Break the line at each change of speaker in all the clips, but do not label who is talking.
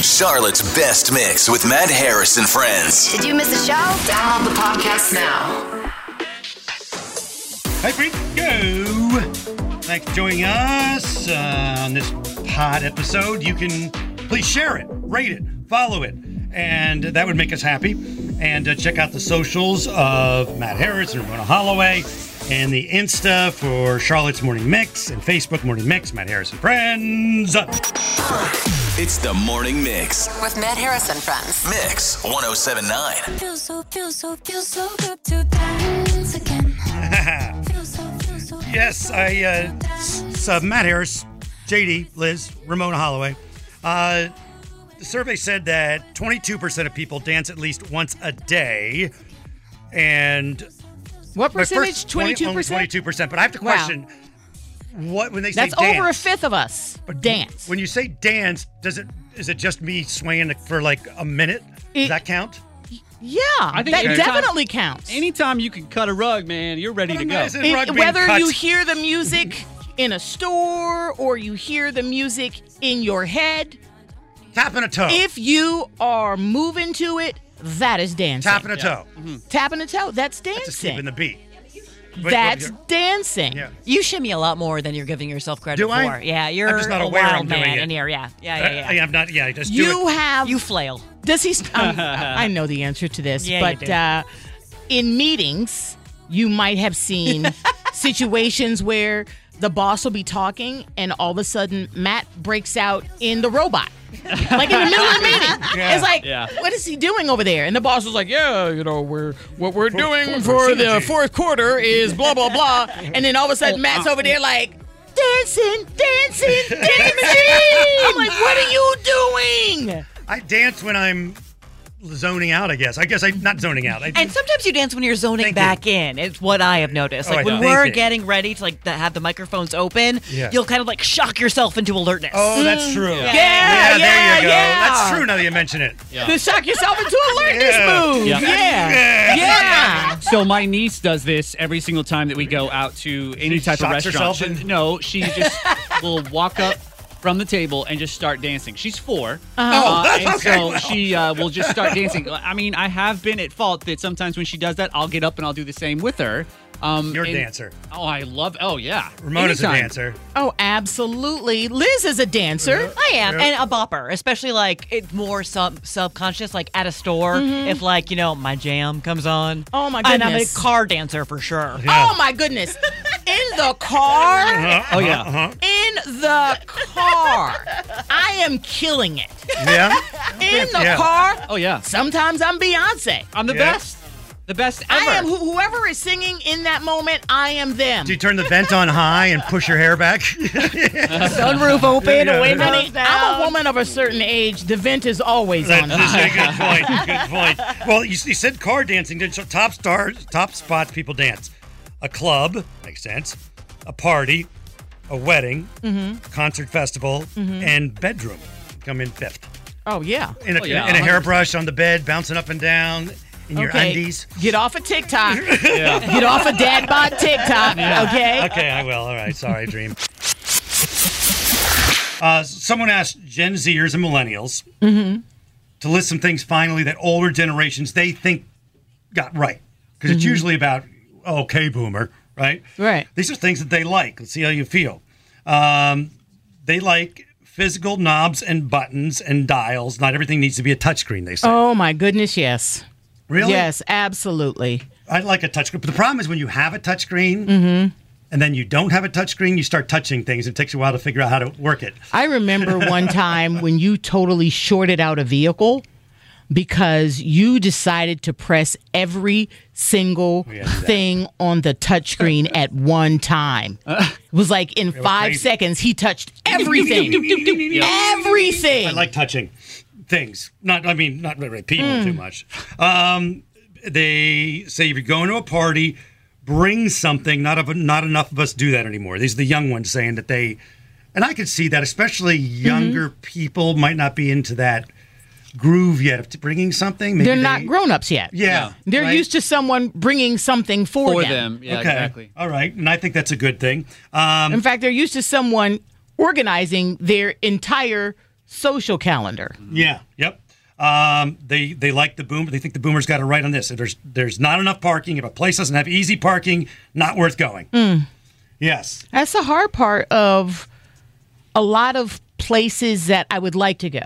Charlotte's best mix with Matt Harris and friends.
Did you miss a show?
Download the podcast now.
Hey, Rico! Thanks for joining us uh, on this pod episode. You can please share it, rate it, follow it, and that would make us happy. And uh, check out the socials of Matt Harris and Ramona Holloway, and the Insta for Charlotte's Morning Mix and Facebook Morning Mix, Matt Harris and Friends.
It's the morning mix.
With Matt Harris and friends.
Mix 1079.
Feels so, feels so, feels so good to dance again. Feels so, feels so, feels
Yes,
so
I,
good
uh,
to
s-
dance.
so Matt Harris, JD, Liz, Ramona Holloway. Uh, the survey said that 22% of people dance at least once a day. And
What
my
percentage?
first 20
Twenty-two
only
percent.
22%. But I have to
Wow.
question what when they say
That's
dance,
over a fifth of us. dance.
When you say dance, does it is it just me swaying for like a minute? Does
It-
that count?
yeah,
think
that
anytime-
definitely counts.
Anytime you can cut a rug, man, you're ready
But
to go.
imagine
It-
rug being
whether
cut.
you hear the music in a store or you hear the music in your head,
tapping a toe,
if you are moving to it, that is dancing.
tapping a toe,
Mhm. Tapping a toe, that's
that's just keeping
dancing.
the beat. But-
That's dancing.
Yeah.
You shimmy a lot more than you're giving yourself credit
Do
for.
I?
Yeah, you're
I'm just not
a
aware
wild
I'm doing
man
it. Uh,
in here. Yeah, yeah, yeah, yeah.
I, am not. Yeah, I just do
You
it.
have
You flail.
Does he? St- um, I know the answer to this,
Yeah, you
but
do.
uh, in meetings, you might have seen situations where the boss will be talking, and all of a sudden, Matt breaks out in the robot. like in the middle of the meeting, it's like,
Yeah.
what is he doing over there? And the boss was like, yeah, Oh, you know, we're what we're doing
for
for the
synergy."
fourth quarter is blah blah blah. And then all of a
Oh,
sudden, Matt's
uh,
over there like dancing, dancing, dancing. I'm like, what are you doing?
I dance when I'm zoning out. I guess. I guess I'm not zoning out. I,
And sometimes you dance when you're zoning
Thank you.
back in. It's what I have noticed.
Oh, I
Like when
think
we're
it-
getting ready to like th- have the microphones open,
Yeah.
you'll kind of like shock yourself into alertness.
oh,
Mm.
that's true.
Yeah, yeah,
there you go.
yeah.
That's true. Now that you mention it.
to shock yourself into alertness
Yeah.
move.
Yeah.
Yeah. Yeah.
So my niece does this every single time that we go out to any
She
type of
shocks
restaurant.
herself in-
no, she just will walk up from the table and just start dancing. She's four,
Oh,
uh, and
okay,
so
well.
she uh, will just start dancing. I mean, I have been at fault that sometimes when she does that, I'll get up and I'll do the same with her. Um,
You're a
and-
dancer.
Oh, I love. Oh yeah,
Ramona's a
Anytime.
dancer.
Oh, absolutely. Liz is a dancer.
I am, and a bopper, especially like it's more sub subconscious, like at a store. If like you know my jam comes on,
Mm-hmm. Oh, my
and I'm a
goodness.
car dancer for sure.
Oh my goodness. In the car.
Uh-huh,
Oh, yeah.
uh-huh, uh-huh.
In the car. I am killing it.
yeah.
In the
Yeah.
car.
Oh yeah,
Sometimes I'm Beyonce.
I'm the
Yeah.
best. The best
I
ever.
am who, whoever is singing in that moment, I am them.
Do you turn the vent on high and push your hair back?
Sunroof open,
Yeah.
window
Honey, I'm a woman of a certain age. The vent is always on.
That's a good point. Good point. Well, you, you said car dancing. Did so top stars, top spots people dance? A club makes sense. A party, a wedding, concert festival, and bedroom come in fifth.
Oh, yeah.
In a,
Oh, yeah,
in a
100%.
hairbrush on the bed, bouncing up and down in your
Okay.
undies.
Get off of TikTok.
Yeah.
Get off of dad bod TikTok, okay?
Okay, I will. All right. Sorry, Dream. Uh, someone asked Gen Zers and millennials
Mm-hmm.
to list some things finally that older generations they think got right because it's usually about okay boomer, right?
Mm-hmm. Right.
These are things that they like. Let's see how you feel. Um, they like physical knobs and buttons and dials. Not everything needs to be a touchscreen. They say.
Oh my goodness, yes.
really?
Yes, absolutely.
I like a touchscreen. But the problem is when you have a touchscreen and then you don't have a touchscreen, you start touching things. It takes you a while to figure out how to work it.
I remember one time when you totally shorted out a vehicle because you decided to press every single thing on the touchscreen at one time. It was like in five
Uh. crazy.
seconds, he touched everything.
Yeah.
everything.
I like touching. things. Not, I mean, not really people
Hmm.
too much. Um, they say if you're going to a party, bring something. Not of, not enough of us do that anymore. These are the young ones saying that they, and I could see that, especially
Mm-hmm.
younger people might not be into that groove yet of t- bringing something. Maybe
They're not
they-
grown-ups yet.
Yeah,
They're
right?
used to someone bringing something for,
for
them.
them. Yeah,
Okay.
exactly.
All right, and I think that's a good thing. Um,
In fact, they're used to someone organizing their entire social calendar.
Yeah. Yep. Um, they they like the boom. They think the boomers got it right on this. If there's there's not enough parking, if a place doesn't have easy parking, not worth going.
Hmm.
Yes.
That's the hard part of a lot of places that I would like to go,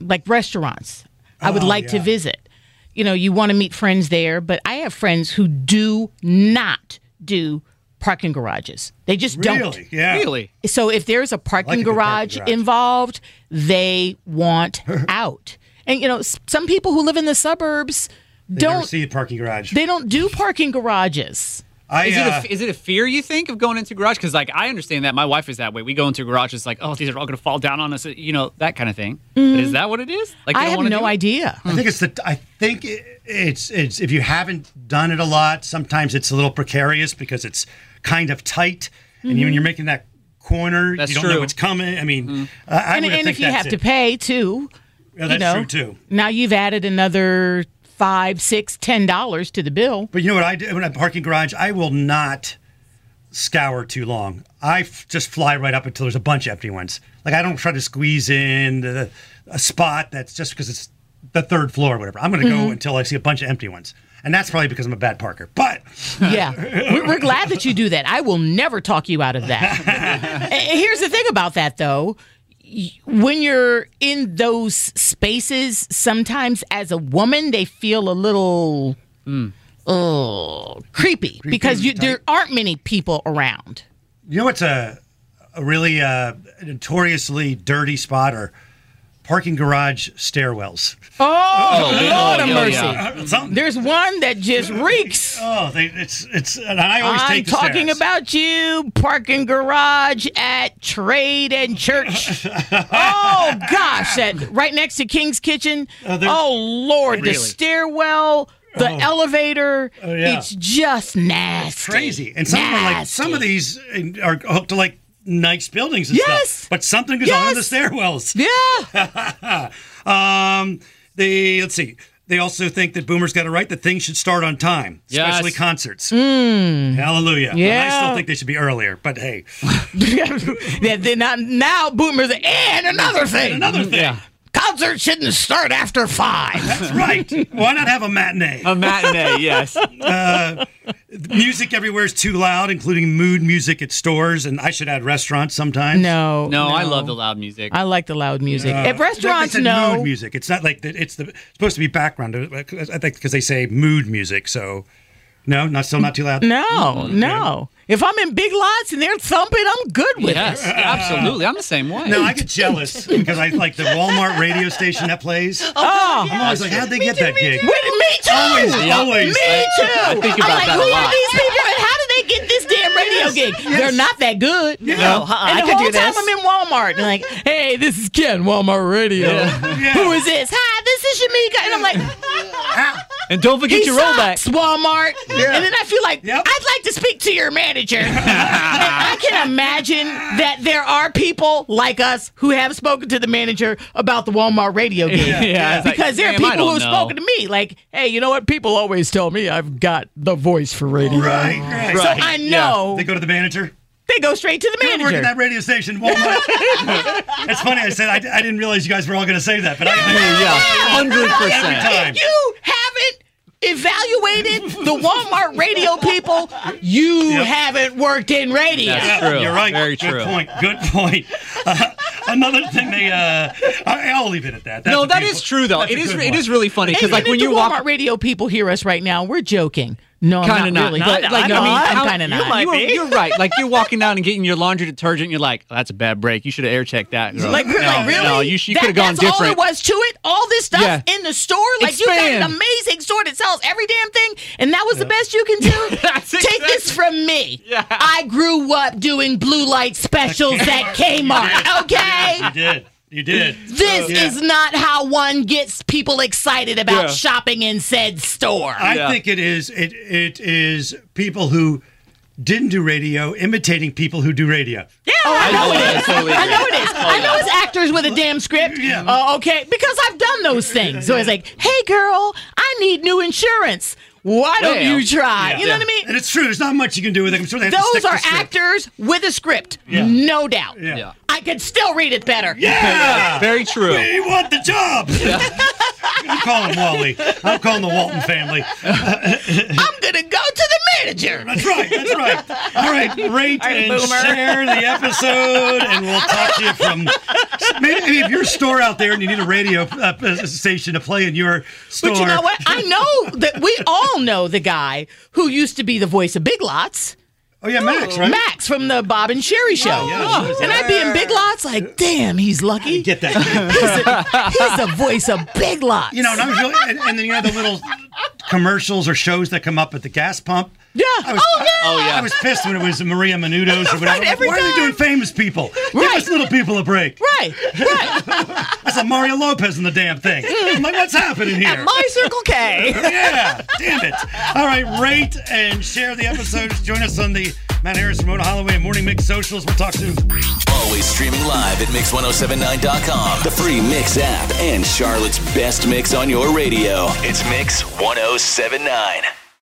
like restaurants. I would
Oh,
like to
yeah.
visit. You know, you want to meet friends there, but I have friends who do not do parking garages. They just
Really?
don't.
Yeah.
Really?
So if there's a parking,
a good parking
garage,
garage.
involved, they want out. And you know, s- some people who live in the suburbs
They never
don't
see a parking garage.
they don't do parking garages.
I
Is it,
uh,
a, is it a fear you think of going into a garage? Because like I understand that my wife is that way. We go into a garage, it's like, oh, these are all going to fall down on us, you know, that kind of thing. But is that what it is? Like
Mm-hmm.
they
I
don't
have
wanna
no
do it?
idea.
I think it's the. I think it, it's it's if you haven't done it a lot, sometimes it's a little precarious because it's kind of tight, and you, when
Mm-hmm.
you're making that corner,
That's
you don't know
true.
what's coming. I mean, I- I
and
would
and
think
if you
that's
have
it.
to pay too,
Yeah, that's
you know,
true too.
Now you've added another five, six, ten dollars to the bill.
But you know what I do in a parking garage? I will not scour too long. I f- just fly right up until there's a bunch of empty ones. Like I don't try to squeeze in the, a spot that's just because it's the third floor or whatever. I'm going to
Mm-hmm.
go until I see a bunch of empty ones, and that's probably because I'm a bad parker. But
Yeah, we're, we're glad that you do that. I will never talk you out of that. And- and Here's the thing about that, though. Y- When you're in those spaces, sometimes as a woman, they feel a little oh, creepy, because you, there aren't many people around.
you know what's a, a really uh, notoriously dirty spot or parking garage stairwells. Uh,
Oh, Lord
oh,
of
yeah,
mercy.
yeah.
Something.
There's one that just reeks.
Oh, they, it's it's. And I always
I'm
take the
talking
stairs.
about you, parking garage at Trade and Church. oh gosh, that right next to King's Kitchen.
there's-
oh Lord, the
Really?
stairwell, the elevator.
Oh, yeah.
It's just nasty.
crazy. And some are like
Nasty.
some of these uh, are hooked to like nice buildings and
Yes!
stuff. But something goes on in the
Yes!
stairwells.
Yeah.
Um, they let's see. They also think that boomers got it right that things should start on time, especially
Yes.
concerts. Hallelujah. I still
Hmm. Yeah.
think they should be earlier, but hey,
yeah. Then not now boomers and another thing.
another thing.
Yeah.
Concerts shouldn't start after five.
That's right. Why not have a matinee?
A matinee, yes.
music everywhere is too loud, including mood music at stores, and I should add restaurants sometimes.
no.
No, I love the loud music.
I like the loud music. At
It's
restaurants,
like they said
no.
mood music. It's not like that. It's the it's supposed to be background. uh, I think because they say mood music. So no, not still not too loud.
No, no. If I'm in big lots and they're thumping, I'm good with
yes, absolutely. I'm the same way.
No, I get jealous because I like the Walmart radio station that plays.
it. Oh,
I'm always like, how'd they get that gig?
with me too.
Always, always.
Me
I-
too.
I think about
am like,
that
who
a
are
lot.
these people and how do they get this damn radio gig? They're not that good.
No, uh-uh,
And
I
the
could
whole
do
time
this.
I'm in Walmart and like, hey, this is Ken, Walmart Radio.
Yeah.
Who is this? Hi, this is Shamika. And I'm like,
And don't
he
forget your
sucks,
rollback.
Walmart. And then I feel like
Yep.
I'd like to speak to your manager. And I can imagine that there are people like us who have spoken to the manager about the Walmart radio game.
Yeah, yeah. It's like,
Because there are
"Ma'am, I
people who have
don't know."
spoken to me, like, hey, you know what? People always tell me I've got the voice for radio.
Right, right.
So I know
They go to the manager.
they go straight to the
You work
manager.
at that radio station, Walmart. it's funny. I said I, I didn't realize you guys were all going to say that, but I agree.
Yeah, hundred
Every
percent.
time.
If you haven't evaluated the Walmart radio people, you
Yep.
haven't worked in radio.
That's true.
You're right.
Very
Good
true.
point. Good point. Uh, another thing they, uh, I, I'll leave it at that. That's
No,
a
that
beautiful-
is true though.
that's
It
a
is
good
it
one.
is really funny because
Even
like
if
when
the
you
Walmart
walk
radio people hear us right now, we're joking. No, I'm
kind of
not,
not,
really.
but like
no,
I mean,
I'm
how-
kind of
you
not.
might be. You're, right. Like you're walking down and getting your laundry detergent, and you're like, oh, "That's a bad break. You should have air checked that." You're
Like, we're
no,
like, really?
No, you, sh- you
That-
could have gone
that's
different.
all there was to it. All this stuff
Yeah.
in the store. Like you got
Expand.
an amazing store that sells every damn thing, and that was the best you can do.
That's
Take
exactly-
this from me. I grew up doing blue light specials at Kmart. Okay.
You did. You did.
This
Yeah.
is not how one gets people excited about
Yeah.
shopping in said store.
I
Yeah.
think it is it it is people who didn't do radio imitating people who do radio.
I know it is. I know it is.
I know it's actors with a damn script.
Yeah.
Uh, okay, because I've done those things. So it's like, hey, girl, I need new insurance. Why don't
Well,
you try? You know what I mean?
And it's true. There's not much you can do with it. I'm sure they have to
Those
stick
are
to script.
actors with a script, no doubt.
Yeah.
Yeah.
I could still read it better.
Yeah!
Very true.
We want the job. I'm calling Wally. I'm calling the Walton family.
I'm gonna go to the manager.
That's right. That's right. All right, rate and
boomer.
share the episode, and we'll talk to you from. Maybe, maybe if you're a store out there and you need a radio uh, uh, station to play in your store,
But you know what? I know that we all know the guy who used to be the voice of Big Lots.
oh yeah, Max, right? Oh,
Max from the Bob and Sherry show.
yeah, sure.
and I'd be in Big Lots like, damn, he's lucky.
Get that.
He's, a, he's the voice of Big Lots.
You know, and, I was really, and, and then you know the little commercials or shows that come up at the gas pump.
yeah.
I was-
oh, yeah.
Oh yeah.
I was pissed when it was Maria Menudo's or whatever.
every
Why are they
time.
doing famous people? Give us little people a break.
Right, right.
I saw Mario Lopez in the damn thing. I'm like, what's happening here?
My Circle K.
yeah, damn it. All right, rate and share the episodes. Join us on the Matt Harris Ramona Holloway Morning Mix Socials. We'll talk soon.
Always streaming live at Mix1079.com, the free Mix oh app, and Charlotte's best mix on your radio. It's Mix 1079.